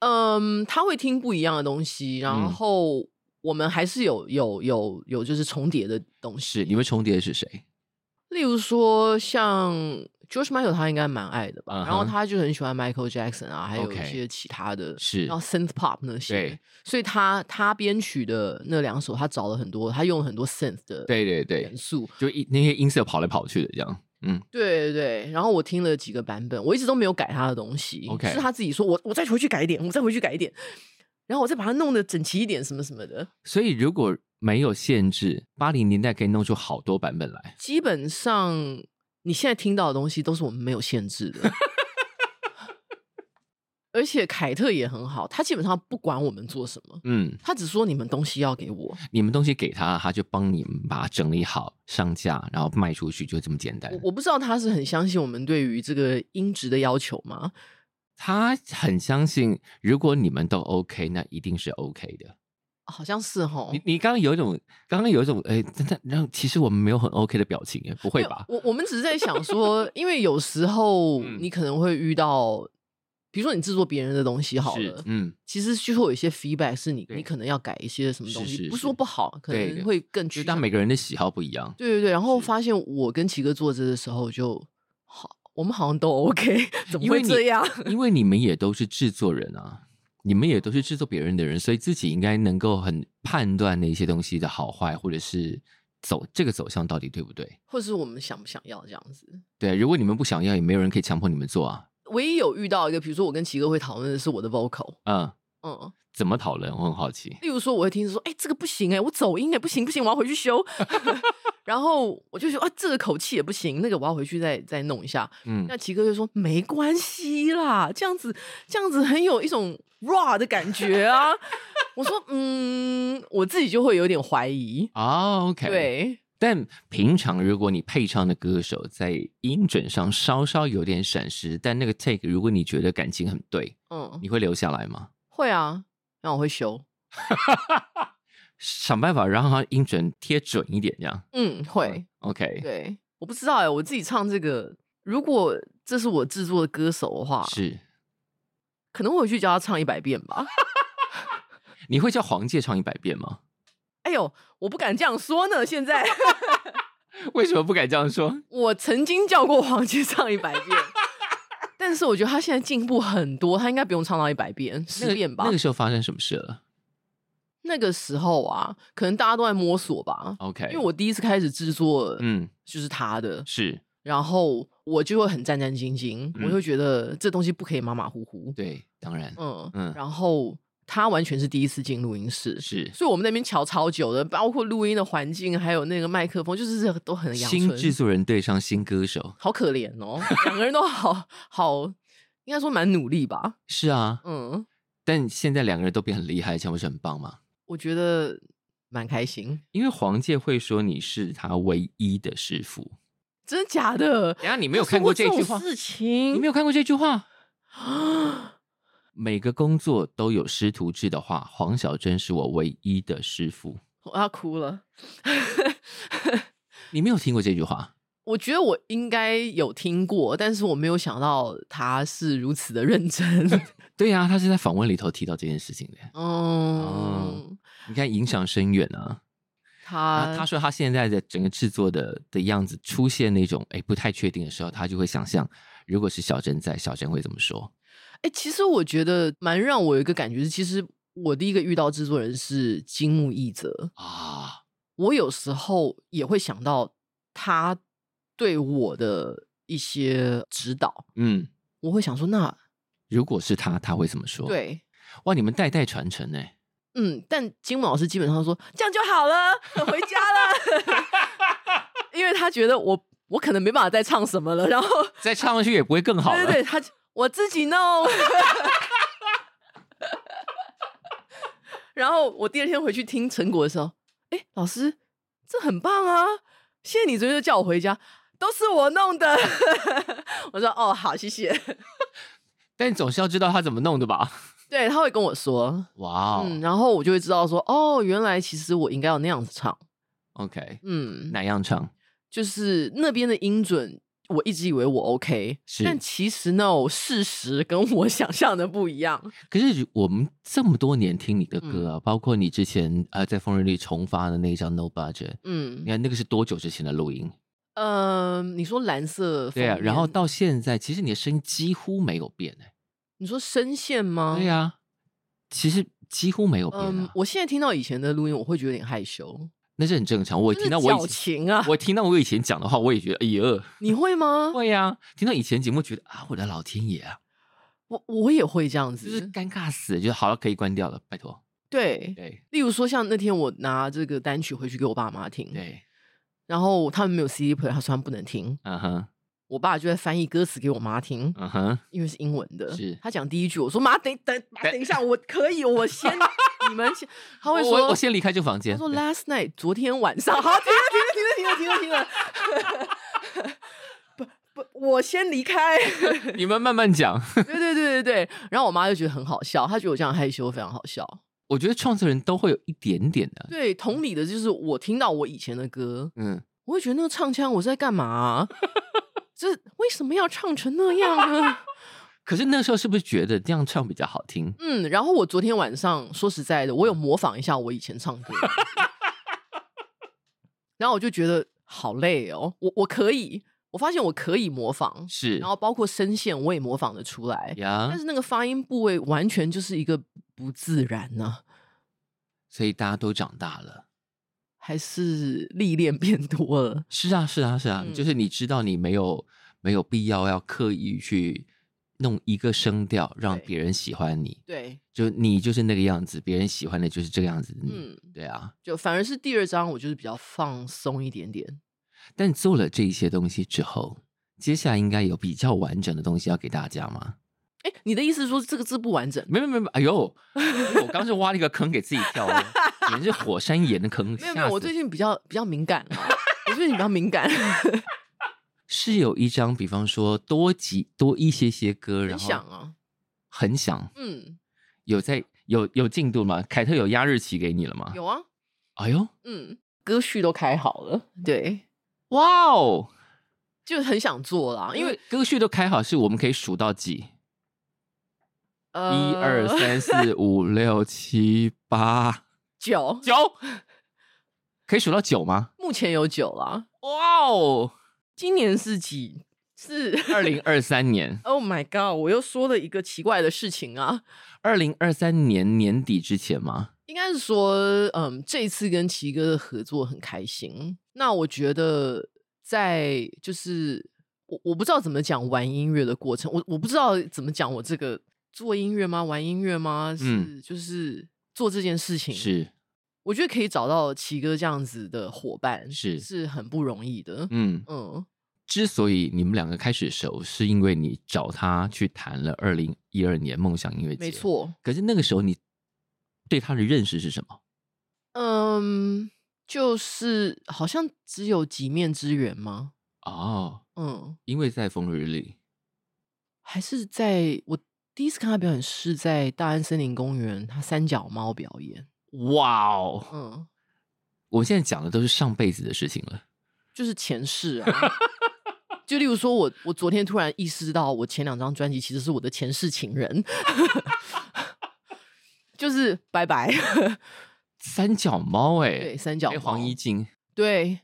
嗯，他会听不一样的东西，然嗯后我们还是有有有有就是重叠的东西，是，你们重叠的是谁？例如说像 George Michael，他应该蛮爱的嗯吧哼然后他就很喜欢 Michael Jackson 啊，还有 OK 一些其他的是然后 synth pop 那些对，所以他他编曲的那两首，他找了很多，他用了很多 synth 的对对对元，素，就一那些音色跑来跑去的这样。嗯，对对对。然后我听了几个版本，我一直都没有改他的东西 OK 是他自己说我我再回去改一点，我再回去改一点，然后我再把它弄得整齐一点，什么什么的。所以如果没有限制，八零年代可以弄出好多版本来。基本上你现在听到的东西都是我们没有限制的。而且凯特也很好，他基本上不管我们做什么，嗯，他只说你们东西要给我，你们东西给他，他就帮你们把它整理好、上架，然后卖出去，就这么简单我。我不知道他是很相信我们对于这个音质的要求吗？他很相信，如果你们都 OK，那一定是 OK 的。好像是吼你，你刚刚有一种，刚刚有一种，哎，但但然后其实我们没有很 OK 的表情，哎不会吧？我我们只是在想说，因为有时候嗯你可能会遇到，比如说你制作别人的东西好是了，嗯，其实就会有一些 feedback 是你对你可能要改一些什么东西，是是不是是说不好，可对对能会更就取当向每个人的喜好不一样，对对对，然后发现我跟奇哥做这的时候就 好，我们好像都 OK，怎么因为会你这样？ 因为你们也都是制作人啊，你们也都是制作别人的人，所以自己应该能够很判断那些东西的好坏，或者是走这个走向到底对不对。或是我们想不想要这样子。对，啊如果你们不想要，也没有人可以强迫你们做啊。唯一有遇到一个，比如说我跟奇哥会讨论的是我的 vocal，嗯，嗯，怎么讨论？我很好奇。例如说我会听说，哎、这个不行哎、我走音哎、不行不行，我要回去修。 然后我就说啊，这个口气也不行，那个我要回去再再弄一下。嗯那奇哥就说没关系啦，这样子这样子很有一种 raw 的感觉啊。我说嗯，我自己就会有点怀疑。哦，OK，。对，但平常如果你配唱的歌手在音准上稍稍有点闪失，但那个 take 如果你觉得感情很对，嗯，你会留下来吗？会啊，那我会修。想办法让他音准贴准一点，这样。嗯，会。 OK，对，我不知道哎、我自己唱这个，如果这是我制作的歌手的话，是。可能会回去教他唱一百遍吧。 你会叫黄玠唱一百遍吗？ 哎呦，我不敢这样说呢。现在为什么不敢这样说？我曾经叫过黄杰唱 一百遍，但是我觉得他现在进步很多，他应该不用唱到一百遍，十遍吧。那个那个时候发生什么事了时候啊，可能大家都在摸索吧。 ？OK，因为我第一次开始制作，嗯就是他的，是然后我就会很战战兢兢，嗯我就会觉得这东西不可以马马虎虎。对，当然、嗯嗯嗯，然后他完全是第一次进录音室，是所以我们那边瞧超久的，包括录音的环境，还有那个麦克风，就是都很阳新春。制作人对上新歌手，好可怜哦，两个人都好好，应该说蛮努力吧。是啊，嗯，但但现在两个人都变很厉害，这样不是很棒吗？我觉得蛮开心，因为黄玠会说你是他唯一的师傅。真的假的？等一下你你没有看过这句话，事你情？没有看过这句话。每个工作都有师徒制的话，黄小珍是我唯一的师傅。我要哭了。你没有听过这句话？我觉得我应该有听过，但是我没有想到他是如此的认 真。对呀、他是在访问里头提到这件事情的。嗯，你看，影响深远啊。他哦呃他他说他现在的整个制作的的样子出现那种哎不太确定的时候，他就会想象，如果是小珍在，小珍会怎么说？哎、其实我觉得蛮让我有一个感觉是，其实我第一个遇到制作人是金木义泽，啊，我有时候也会想到他对我的一些指导，嗯，我会想说，那如果是他，他会怎么说？，对，哇，你们代代传承哎，嗯，但金木老师基本上说这样就好了，回家了， 因为他觉得我我可能没办法再唱什么了，然后再唱上去也不会更好对了。对对，他我自己弄。然后我第二天回去听成果的时候，哎，老师，这很棒啊！谢谢你昨天就叫我回家，都是我弄 的。我说哦，好，谢谢。但你总是要知道他怎么弄的吧？对，他会跟我说，哇、哦、嗯，然后我就会知道说，哦，原来其实我应该要那样子唱， o k 嗯，哪样唱？就是那边的音准。我一直以为我 OK，是但其实呢，事实跟我想象的不一样。可是我们这么多年听你的歌嗯啊，包括你之前啊、呃在风人里重发的那一张 No Budget，嗯你，看那个是多久之前的录音？呃，你说蓝色封对面，啊，然后到现在，其实你的声音几乎没有变哎。你说声线吗？对、啊，其实几乎没有变、啊嗯，我现在听到以前的录音，我会觉得有点害羞，那是很正常。我就是听到我矫以前，情啊，我听到我以前讲的话，我也觉得哎 呀，你会吗？会呀、听到以前节目，觉得啊，我的老天爷啊，我我也会这样就子，是尴尬死了，就好了，可以关掉了，拜托。对。对例如说，像那天我拿这个单曲回去给我爸妈听，对，然后他们没有 CD player，他说他们不能听，嗯哼我爸就在翻译歌词给我妈听，嗯哼，因为是英文的。是他讲第一句，我说妈，等等，妈等一下，我可以，我先， 你们先，他会我说，我我先离开这个房他间。说对 last night 昨天晚上，好，停了，停了，停了，停了，停了，停了。 不不，我先离开。 对你们慢慢讲。对对对对，然后我妈就觉得很好笑，她觉得我这样害羞非常好笑。我觉得创作人都会有一点点的，对，同理的就是我听到我以前的歌，嗯，我会觉得那个唱腔我是在干嘛 啊、这为什么要唱成那样呢？ 可是那时候是不是觉得这样唱比较好听？嗯，然后我昨天晚上说实在的，我有模仿一下我以前唱歌， 然后我就觉得好累哦，我我可以，我发现我可以模仿，是然后包括声线我也模仿得出来，呀但，是那个发音部位完全就是一个不自然呢、所以大家都长大了。还是历练变多了？是啊，是啊，是啊，嗯就是你知道你没有没有必要要刻意去弄一个声调让对别人喜欢你， 对，就你就是那个样子，别人喜欢的就是这个样子的你。嗯，对啊，就反而是第二章，我就是比较放松一点点。但你做了这一些东西之后，接下来应该有比较完整的东西要给大家吗？哎，你的意思是说这个字不完 整？没有没有没有，哎呦，我刚是挖了一个坑给自己跳的，简直是火山岩的坑。没有没吓有，我死最近比较比较敏感啊，我最近比较敏 感，是有一张，比方说多几多一些些歌，然很后想啊，很想嗯，有在有有进度吗？凯特有压日期给你了吗？有啊，哎呦，嗯，歌序都开好了，对，哇哦！就很想做啦，啊因因为为歌序都开好，是我们可以数到几？呃，一二三四五六七八 九，九，可以数到九吗？目前有九啦，哇哦！今年是几？是二零二三年， Oh my god！我又说了一个奇怪的事情啊， 二零二三年年底之前吗？应该是说，嗯，这一次跟奇哥的合作很开心。那我觉得在就是我我不知道怎么讲玩音乐的过程，我我不知道怎么讲我这个做音乐吗？玩音乐吗？是、嗯就是做这件事情，是，我觉得可以找到奇哥这样子的伙伴是是很不容易的。嗯，嗯，之所以你们两个开始熟，是因为你找他去谈了二零一二年梦想音乐节，没。错，可是那个时候你对他的认识是什么？嗯，就是好像只有几面之缘吗？哦，嗯。因为在风日里，还是在我第一次看他表演是在大安森林公园，他三脚猫表演。哇哦！嗯，我们现在讲的都是上辈子的事情了。就是前世啊。就例如说我，我昨天突然意识到，我前两张专辑其实是我的前世情人， 就是拜拜。三脚猫、哎，对，三角还有黄猫一，静，对，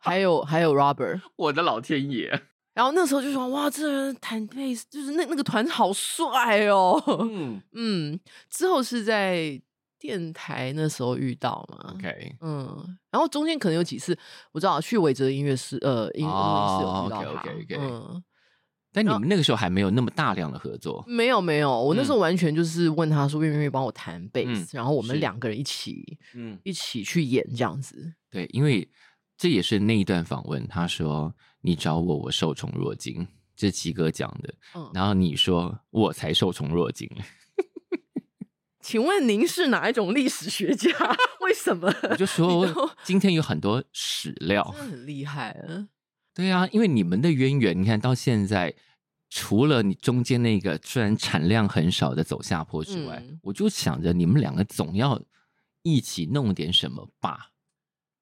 还有还有 Robert。我的老天爷！然后那时候就说，哇，这人弹贝斯，就是那那个团好帅哦。 嗯嗯，之后是在电台那时候遇到嘛。 ，OK，嗯，然后中间可能有几次，我知道去韦哲音乐室，呃，音音乐室有遇到他。哦，OK，OK，OK 嗯，但你们那个时候还没有那么大量的合作，没有没有，我那时候完全就是问他说愿不愿意帮我弹贝斯、嗯然后我们是两个人一起嗯，一起去演这样子。对，因为这也是那一段访问，他说你找我，我受宠若惊，这是奇哥讲的，嗯，然后你说我才受宠若惊，请问您是哪一种历史学家？ 为什么？我哦就 你都说今天有很多史料真，的很厉害啊。对啊，因为你们的渊源，你看到现在，除了你中间那个虽然产量很少的走下坡之外，嗯我就想着你们两个总要一起弄点什么吧。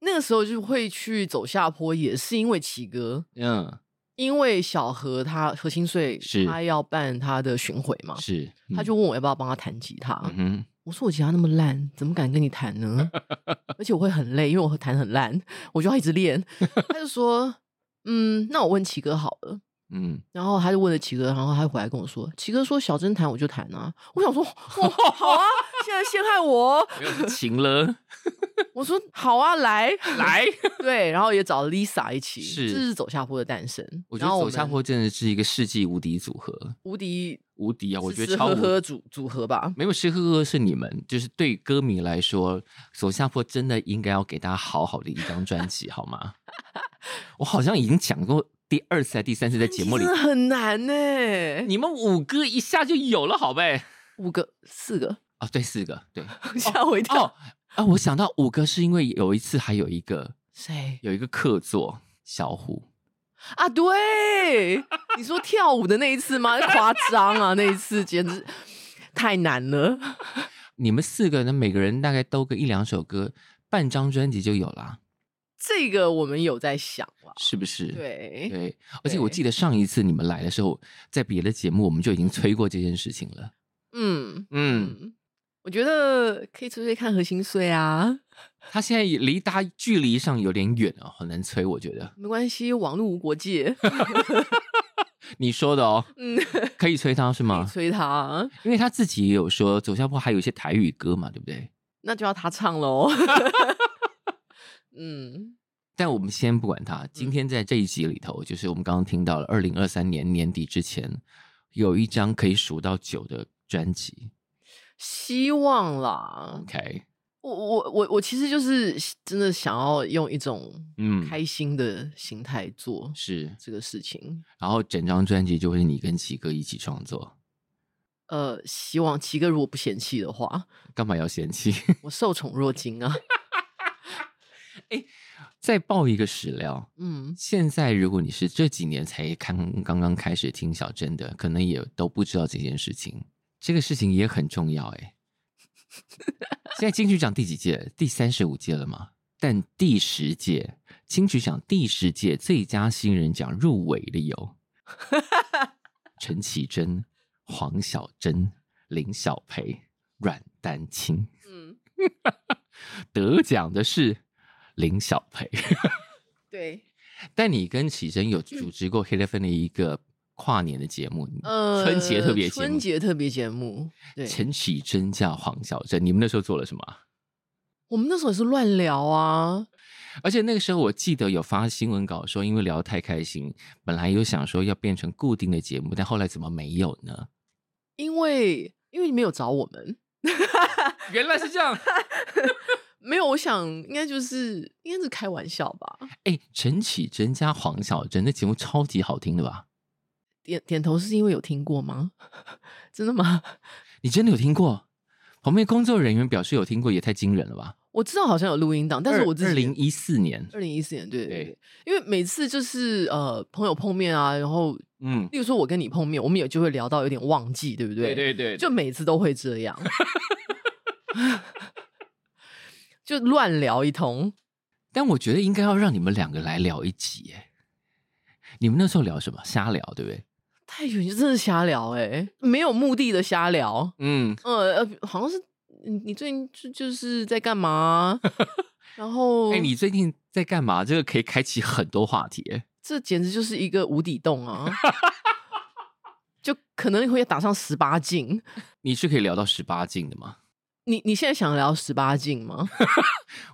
那个时候就会去走下坡，也是因为奇哥，嗯，因为小何他何心碎，是他要办他的巡回嘛，是，他嗯就问我要不要帮他弹吉他。嗯哼，我说我吉他那么烂，怎么敢跟你弹呢？ 而且我会很累，因为我弹很烂，我就要一直练。 他就说，嗯，那我问奇哥好了。 嗯，然后他就问了奇哥，然后他回来跟我说，奇哥说小珍弹我就弹啊。我想说，哇，好啊，现在陷害我。没有晴了，我说好啊，来来， 对，然后也找了 Lisa 一起，是这是走下坡的诞生。我觉然后得我走下们坡真的是一个世纪无敌组合，无敌，无敌啊！我觉得吃吃超喝无喝组组合吧。没有吃喝喝是你们，就是对歌迷来说，走下坡真的应该要给大家好好的一张专辑，好吗？我好像已经讲过第二次、第三次在节目里真，的很难呢、你们五个一下就有了，好呗？五个四个啊，对，四个， 对。吓我一跳。哦，啊，我想到五个是因为有一次还有一个谁有一个客座小虎，啊？对， 你说跳舞的那一次吗？夸张啊，那一次简直太难了。你们四个呢，每个人大概都个一两首歌，半张专辑就有啦，这个我们有在想了，是不是？。对，对，而且我对记得上一次你们来的时候，在别的节目我们就已经催过这件事情了。嗯嗯，嗯，我觉得可以吹吹看何心碎啊，他现在也离大家距离上有点远哦，很难催，我觉得。没关系，网络无国界。你说的 哦，嗯，可以催他是吗？催他，因为他自己也有说，走下坡还有一些台语歌嘛，对不对？那就要他唱喽。嗯，但我们先不管它。今天在这一集里头，就是我们刚刚听到了，二零二三年年底之前有一张可以数到九的专辑。希望啦。 OK，我我我我其实就是真的想要用一种嗯，开心的心态做是，这个事情。然后整张专辑就会是你跟奇哥一起创作，呃，希望奇哥如果不嫌弃的话，干嘛要嫌弃？我受宠若惊啊。再爆一个史料，嗯，现在如果你是这几年才看刚刚开始听小珍的，可能也都不知道这件事情。这个事情也很重要哎、现在金曲奖第几届？第三十五届了吗？但第十届金曲奖第十届最佳新人奖入围的有陈绮贞、黄小珍、林小培、阮丹青。嗯，得奖的是林小培。对，但你跟启真嗯有主持过 Hit FM 的一个跨年的节目，呃，春节特别节春目。节特别节目，对，陈启真嫁黄小珍，你们那时候做了什么啊？我们那时候也是乱聊啊，而且那个时候我记得有发新闻稿说，因为聊得太开心，本来有想说要变成固定的节目，但后来怎么没有呢？因为因为你没有找我们，原来是这样。没有，我想应该就是应该是开玩笑吧， 哎，陈启真加黄小珍，那节目超级好听的吧？点点头是因为有听过吗？ 真的吗？你真的有听过？旁边工作人员表示有听过，也太惊人了吧！我知道好像有录音档，但是我自二己零一四年，二零一四年，对对对对，因为每次就是呃朋友碰面啊，然后嗯，例如说我跟你碰面，我们也就会聊到有点忘记，对不对？对对就每次都会这样， 就乱聊一通。但我觉得应该要让你们两个来聊一集耶。你们那时候聊什么？瞎聊，对不对？太远就真的瞎聊哎、没有目的的瞎聊。嗯，呃呃，好像是你你最近就就是在干嘛？ 然 后，哎、你最近在干嘛？这个可以开启很多话题耶。这简直就是一个无底洞啊！ 就可能会打上十八禁。你是可以聊到十八禁的吗？你你现在想聊十八禁 吗？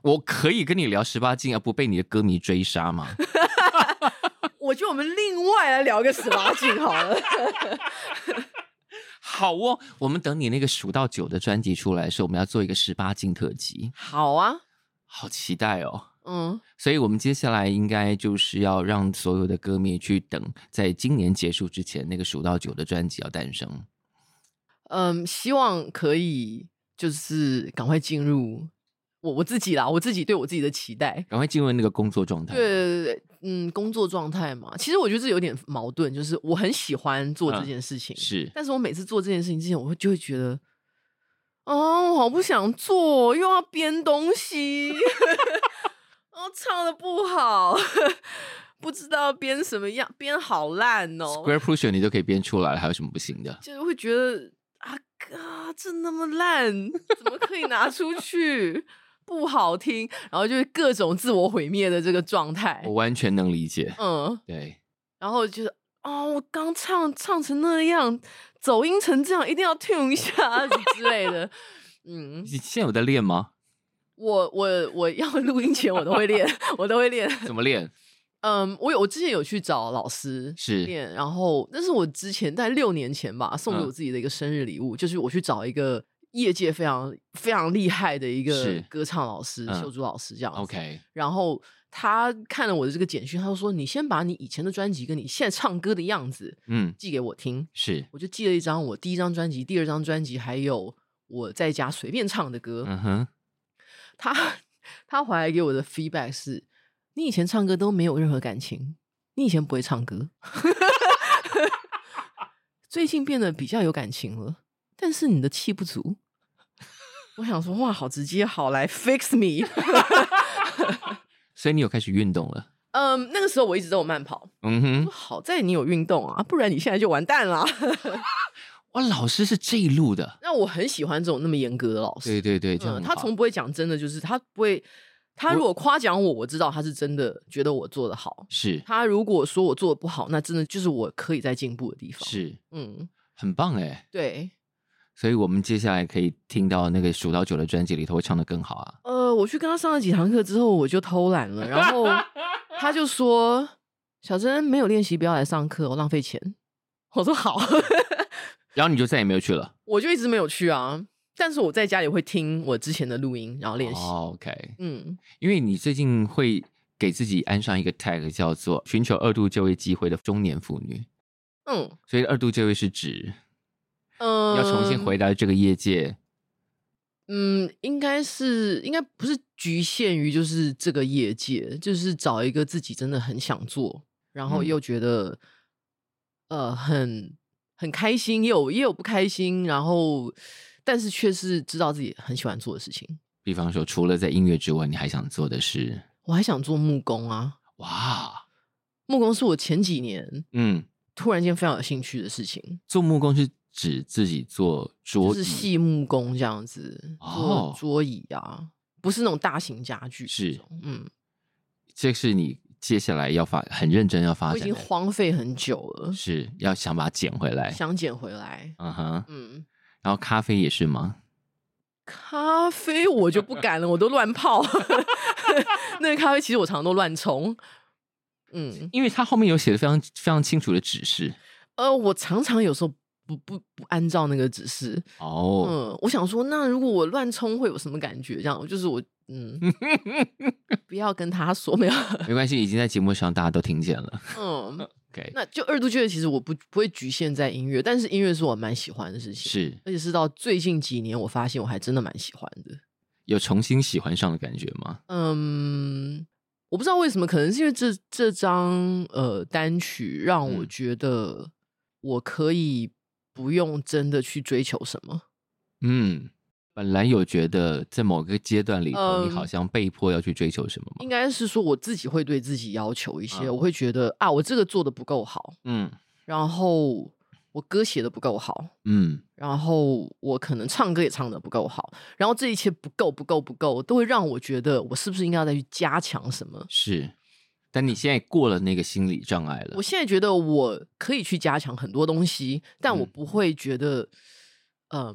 我可以跟你聊十八禁而不被你的歌迷追杀吗？ 我觉得我们另外来聊个十八禁好了。 好哦，我们等你那个数到九的专辑出来的时候，我们要做一个十八禁特辑，好啊，好期待哦。嗯，所以我们接下来应该就是要让所有的歌迷去等，在今年结束之前，那个数到九的专辑要诞生。嗯，希望可以就是赶快进入我我自己啦，我自己对我自己的期待。赶快进入那个工作状态。对对对对，嗯，工作状态嘛，其实我觉得这有点矛盾，就是我很喜欢做这嗯件事情，是，但是我每次做这件事情之前，我会就会觉得，哦，我好不想做，又要编东西， 哦，唱的不好， 不知道编什么样，编好烂哦， Square Pusher 你都可以编出来了，还有什么不行的？就是会觉得啊嘎，这那么烂，怎么可以拿出去？不好听，然后就是各种自我毁灭的这个状态我，完全能理解。嗯，对，然后就是哦，我刚唱唱成那样，走音成这样，一定要 tune 一下啊之类的。嗯你，现在有在练 吗？我我我要录音前我都会练， 我都会练。怎么练？嗯，我有我之前有去找老师是练，然后那是我之前在六年前吧，送给嗯我自己的一个生日礼物，就是我去找一个业界非常非常厉害的一个是歌唱老师、嗯秀珠老师这样子。 OK，然后他看了我的这个简讯，他就说：“你先把你以前的专辑跟你现在唱歌的样子嗯，寄给我听。”是，我就寄了一张我第一张专辑、第二张专辑，还有我在家随便唱的歌。嗯哼，他他回来给我的 feedback 是：你以前唱歌都没有任何感情，你以前不会唱歌， 最近变得比较有感情了，但是你的气不足。我想说，哇，好直接，好来 fix me。 所以你有开始运动了。嗯，那个时候我一直都有慢跑，嗯哼，好在你有运动啊，不然你现在就完蛋 了。哇，老师是这一路的。那我很喜欢这种那么严格的老师，对对对，这样嗯，很他好从不会讲真的，就是他不会，他如果夸奖我，我知道他是真的觉得我做的好；是他如果说我做的不好，那真的就是我可以再进步的地方。，是，嗯，很棒哎。对。所以我们接下来可以听到那个数到九的专辑里头会唱的更好啊。呃，我去跟他上了几堂课之后，我就偷懒了，然 后他就说：“小珍没有练习，不要来上课，我浪费钱。”我说好， 然后你就再也没有去了。我就一直没有去啊。但是我在家里会听我之前的录音，然后练习。哦 OK，嗯，因为你最近会给自己安上一个 tag 叫做“寻求二度就业机会的中年妇女嗯”，所以二度就业是指嗯，要重新回来这个业界。嗯，应该是应该不是局限于就是这个业界，就是找一个自己真的很想做，然后嗯又觉得、呃很很开心，也有也有不开心，然后但是却是知道自己很喜欢做的事情。比方说，除了在音乐之外，你还想做的是我还想做木工啊，哇，木工是我前几年嗯，突然间非常有兴趣的事情，做木工是指自己做就桌是椅，细木工这样子，哦做桌椅啊，不是那种大型家具这是种，嗯，这是你接下来要发很认真要发我已展经的，荒废很久了。是要想把它捡回来。想捡回来。嗯哼，嗯，然后咖啡也是吗？咖啡我就 不敢了，我都乱泡。 那个咖啡其实我常常都乱冲。嗯，因为它后面有写的非常非常清楚的指示呃，我常常有时候不不不按照那个指示。哦，嗯，我想说，那如果我乱冲会有什么感觉？这样就是我， 嗯，不要跟他说没有。没关系，已经在节目上大家都听见了。 嗯， OK，那就二度觉得其实我不不会局限在音乐，但是音乐是我蛮喜欢的事情。是而且是到最近几年，我发现我还真的蛮喜欢的。有重新喜欢上的感觉吗？嗯，我不知道为什么，可能是因为这这张呃单曲让我嗯觉得我可以不用真的去追求什么。嗯，本来有觉得在某个阶段里头，嗯你好像被迫要去追求什么应吗？该是说我自己会对自己要求一些，啊我会觉得啊，我这个做的不够好，嗯然后我歌写的不够好。嗯，然后我可能唱歌也唱的不够好，然后这一切不够不够不够，都会让我觉得我是不是应该要再去加强什么？是。但你现在过了那个心理障碍了我，现在觉得我可以去加强很多东西，但我嗯不会觉得，嗯、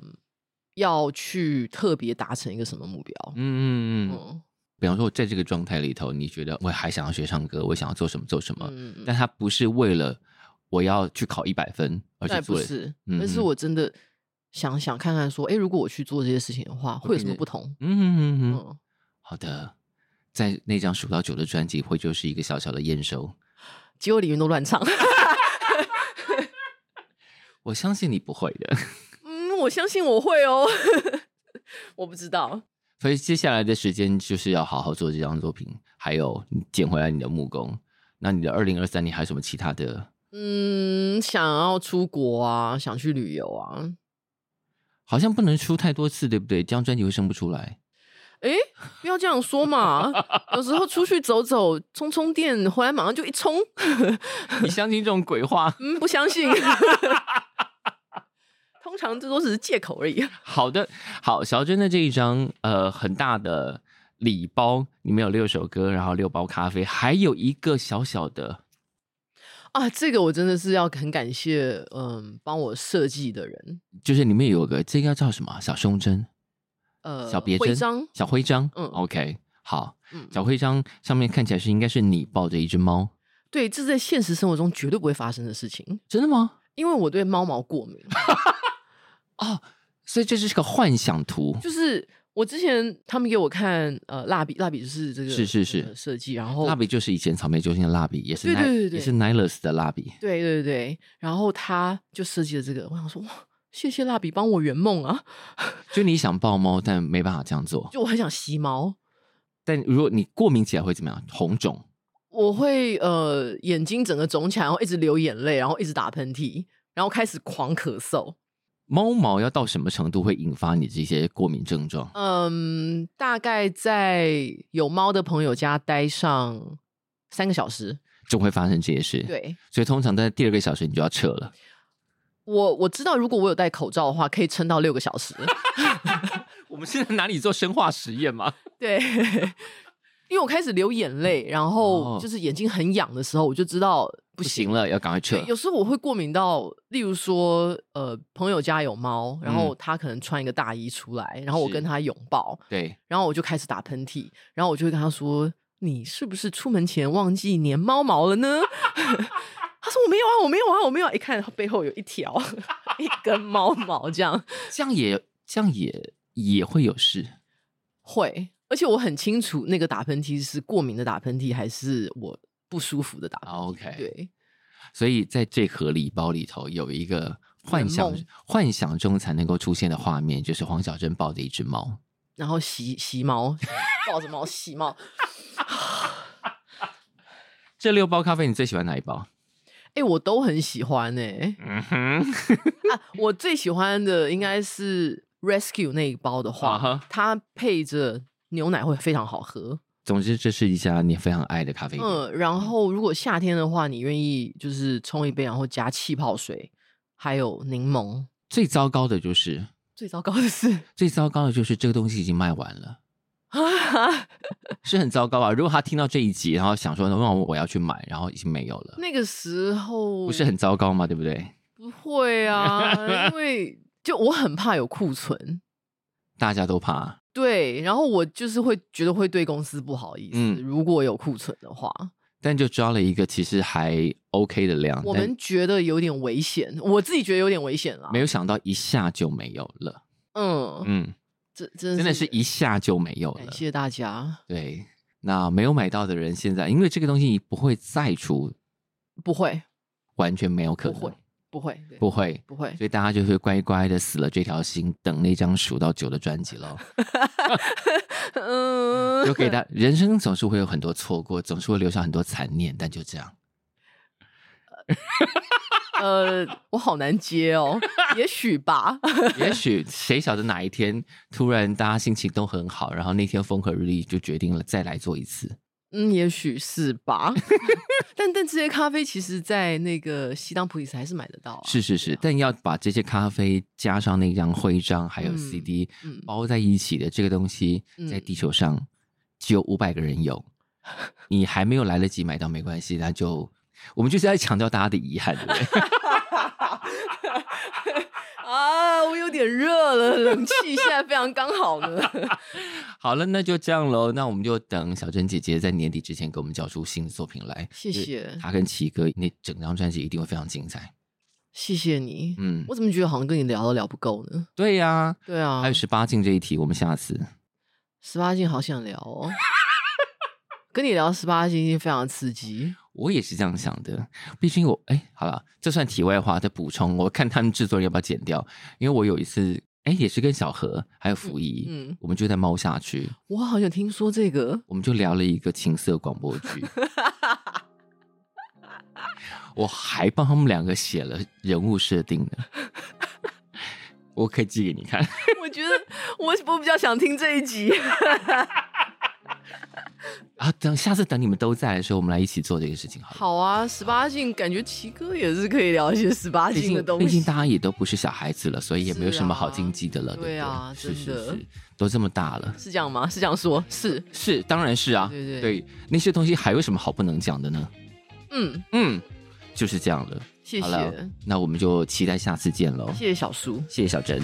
要去特别达成一个什么目标。嗯嗯嗯。嗯比方说，在这个状态里头，你觉得我还想要学唱歌，我想要做什么做什么，嗯，嗯但他不是为了我要去考一百分而去但做不的，是，嗯但是嗯我真的想想看看，说，哎，如果我去做这些事情的话，会有什么变不同？嗯嗯嗯嗯，嗯，好的，在那张数到九的专辑会就是一个小小的验收，结果里面都乱唱。 我相信你不会的，嗯，我相信我会哦。 我不知道，所以接下来的时间就是要好好做这张作品，还有你捡回来你的木工。那你的二零二三，你还有什么其他的？嗯，想要出国啊，想去旅游啊，好像不能出太多次，对不对？这张专辑会生不出来。 哎，不要这样说嘛！有时候出去走走，充充电，回来马上就一充。 你相信这种鬼话？ 嗯，不相信。 通常这都只是借口而已。啊好的，好，小珍的这一张呃很大的礼包，里面有六首歌，然后六包咖啡，还有一个小小的 啊，这个我真的是要很感谢，嗯，帮我设计的人，就是里面有个这个叫什么啊小胸针、呃，小别徽针、章，小徽章。嗯嗯，OK，好，嗯，小徽章上面看起来是应该是你抱着一只猫，对，这是在现实生活中绝对不会发生的事情，真的吗？因为我对猫毛过敏。 哦，所以这就是个幻想图，就是我之前他们给我看，呃，蜡笔，蜡笔就是这个是是是呃设计，然后蜡笔就是以前草莓酒心的蜡笔，也是对 Ni- 对对对也是 Nilus 的蜡笔，对对对，然后他就设计了这个，我想说哇，谢谢蜡笔帮我圆梦啊， 就你想抱猫，但没办法这样做。就我很想吸猫，但如果你过敏起来会怎么样？红肿。我会呃眼睛整个肿起来，然后一直流眼泪，然后一直打喷嚏，然后开始狂咳嗽，猫毛要到什么程度会引发你这些过敏症状？嗯，大概在有猫的朋友家待上三个小时，就会发生这些事。，对。所以通常在第二个小时你就要撤了。我我知道，如果我有戴口罩的话，可以撑到六个小时。我们现在哪里做生化实验吗？对， 因为我开始流眼泪，然后哦就是眼睛很痒的时候，我就知道 不不行行。了，要赶快撤对，。有时候我会过敏到，例如说，呃，朋友家有猫，然后他可能穿一个大衣出来，然后我嗯是跟他拥抱，对，然后我就开始打喷嚏，然后我就会跟他说：“你是不是出门前忘记粘猫毛了呢？” 他说：“我没有啊，我没有啊，我没有啊、一看他背后有一条一根猫毛，这样这样也这样也也会有事。会，而且我很清楚那个打喷嚏是过敏的打喷嚏，还是我不舒服的打喷嚏。 OK 啊对，所以在这盒礼包里头有一个幻想圆梦幻想中才能够出现的画面，就是黄小珍抱着一只猫。然后洗洗猫， 抱着猫洗猫。这六包咖啡你最喜欢哪一包？哎、我都很喜欢哎、嗯哼，啊，我最喜欢的应该是 Rescue 那一包的话啊哈它配着牛奶会非常好喝。总之这是一家你非常爱的咖啡店。嗯，然后如果夏天的话，你愿意就是冲一杯，然后加气泡水，还有柠檬。最糟糕的就是最糟糕的是， 最糟糕的就是这个东西已经卖完了。是很糟糕啊！如果他听到这一集，然后想说，那我我要去买，然后已经没有了，那个时候不是很糟糕吗？对不对？不会啊，因为就我很怕有库存。大家都怕，对，然后我就是会觉得会对公司不好意思，嗯如果有库存的话，但就抓了一个其实还 OK 的量，我啊但们觉得有点危险，我自己觉得有点危险啦。没有想到一下就没有了。嗯，嗯，这真真的是一下就没有感了。谢大家，对，那没有买到的人，现在因为这个东西不会再出，不会，完全没有可能，不会不会，对不会不会，所以大家就会乖乖的死了这条心，等那张数到九的专辑 喽。嗯， 就给他，人生总是会有很多错过，总是会留下很多残念，但就 这样。呃，我好难接哦，也许吧。也许谁晓得哪一天突然大家心情都很好，然后那天风和日丽就决定了再来做一次。嗯，也许是 吧。但但这些咖啡其实，在那个西当普里斯还是买得到、啊。是是对是啊，，但要把这些咖啡加上那张徽章，还有嗯 CD、嗯包在一起的这个东西，在嗯地球上只有五百个人有，你还没有来得及买到没关系，那就我们就是在强调大家的遗憾，对 不对？啊，我有点热了，冷气现在非常刚好 呢。好了，那就这样喽。那我们就等小珍姐姐在年底之前给我们交出新的作品来。谢谢，她跟奇哥那整张专辑一定会非常精彩。谢谢你。嗯，我怎么觉得好像跟你聊都聊不够呢？对呀、对啊还有，十八禁这一题，我们下次十八禁好想聊哦。跟你聊十八禁已经非常刺激。我也是这样想的。毕竟我哎，好了，这算题外话的补充。我看他们制作人要不要剪掉，因为我有一次哎，也是跟小何还有福仪，嗯嗯我们就在猫下去，我好像听说这个，我们就聊了一个情色广播剧。 我还帮他们两个写了人物设定呢， 我可以寄给你看。 我觉得我我比较想听这一集。啊，等下次等你们都在的时候，我们来一起做这个事情好了。好啊，十八禁，感觉奇哥也是可以聊一些十八毕禁的竟东毕竟西。大家也都不是小孩子了，所以也没有是什么好啊禁忌的了，对不对啊是真是的是，都这么大了，是这样吗？是这样说，是，是当然是啊，对对那些东西还有什么好不能讲的呢？嗯，嗯，就是这样了。谢好了谢，，那我们就期待下次见喽。谢谢小叔。谢谢小珍。